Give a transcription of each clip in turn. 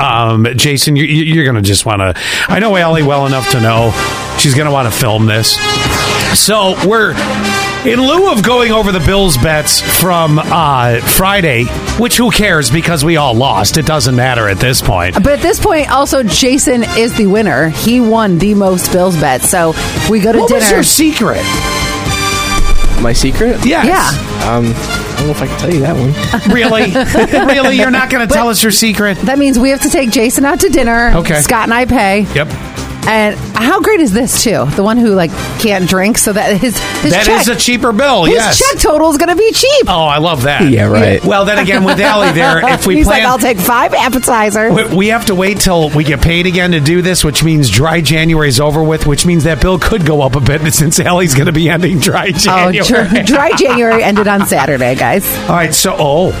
Um, Jason, you, you- you're going to just want to. I know Allie well enough to know she's going to want to film this. So we're in lieu of going over the Bills bets from uh, Friday, which who cares because we all lost. It doesn't matter at this point. But at this point, also Jason is the winner. He won the most Bills bets. So we go to What was dinner. your secret? My secret? Yes. Yeah. Um, I don't know if I can tell you that one. Really? really? You're not going to tell us your secret? that means we have to take Jason out to dinner. Okay. Scott and I pay. Yep. And how great is this too? The one who like can't drink, so that his his That is check, a cheaper bill. his yes. check total is going to be cheap. Oh, I love that. Yeah, right. Well, then again, with Allie there, if we He's plan, like, I'll take five appetizers. We- We have to wait till we get paid again to do this, which means dry January is over with, which means that bill could go up a bit since Allie's going to be ending dry Oh, January. dr- dry January ended on Saturday, guys. All right, so oh,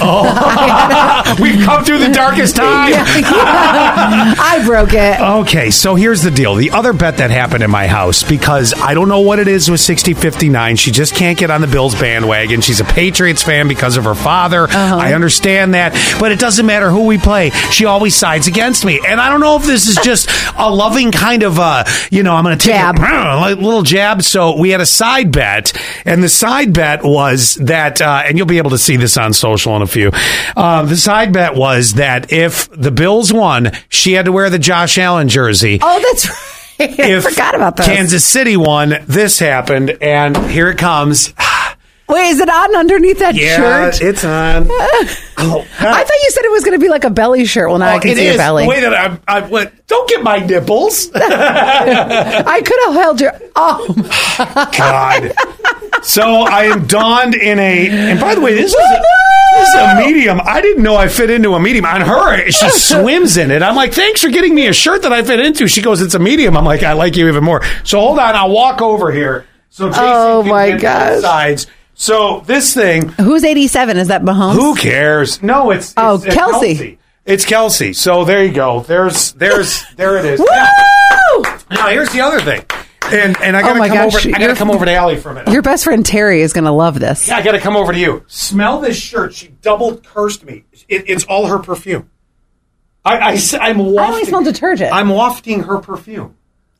oh, we've come through the darkest time. Uh, I broke it. Okay, so here's the deal. The other bet that happened in my house, because I don't know what it is with 6059, she just can't get on the Bills bandwagon. She's a Patriots fan because of her father. I understand that, but it doesn't matter who we play. She always sides against me. And I don't know if this is just a loving kind of, uh, you know, I'm going to take Jab. a like, little jab. So we had a side bet, and the side bet was that, uh, and you'll be able to see this on social in a few. Uh, the side bet was that if the Bills won, she had to wear the Josh Allen jersey. Oh, that's right. I if forgot about that. Kansas City won, this happened, and here it comes. Wait, is it on underneath that shirt? it's on. oh, I thought you said it was going to be like a belly shirt. Well, now I Oh, can it see is. your belly. Wait a minute. I, I, what, don't get my nipples. I could have held your. Oh, God. So I am donned in a, and by the way, this is a, this is a medium. I didn't know I fit into a medium. On her, she swims in it. I'm like, thanks for getting me a shirt that I fit into. She goes, it's a medium. I'm like, I like you even more. So hold on, I'll walk over here. So Jason Oh, can my get gosh. both sides. So this thing, who's eighty-seven? Is that Mahomes? who cares? No, it's, it's Oh, it's Kelsey. It's Kelsey. So there you go. There's there's there it is. Woo! Now, now here's the other thing. And and I gotta Oh my come gosh, over I gotta you're- come over to Allie for a minute. Your best friend Terry is going to love this. I gotta come over to you. Smell this shirt. She double cursed me. It, it's all her perfume. I, I am wafting. I only smell detergent. I'm wafting her perfume.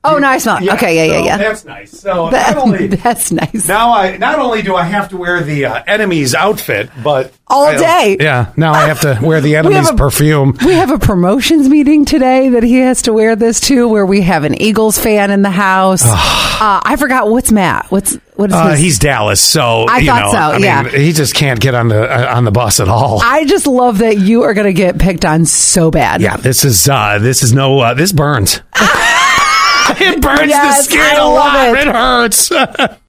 oh, no, I smell. it. okay, yeah, so yeah, yeah. That's nice. So That- not only that's nice. now I not only do I have to wear the uh, enemy's outfit, but All I- day. Yeah. Now I have to wear the enemy's a- perfume. We have a promotions meeting today that he has to wear this to, where we have an Eagles fan in the house. uh, I forgot what's Matt. What's what is Uh, his- he's Dallas, so I you thought know, so, I yeah. mean, he just can't get on the uh, on the bus at all. I just love that you are going to get picked on so bad. Yeah, this is uh this is no uh, this burns. it burns Yes, the skin I a love lot. it. it hurts.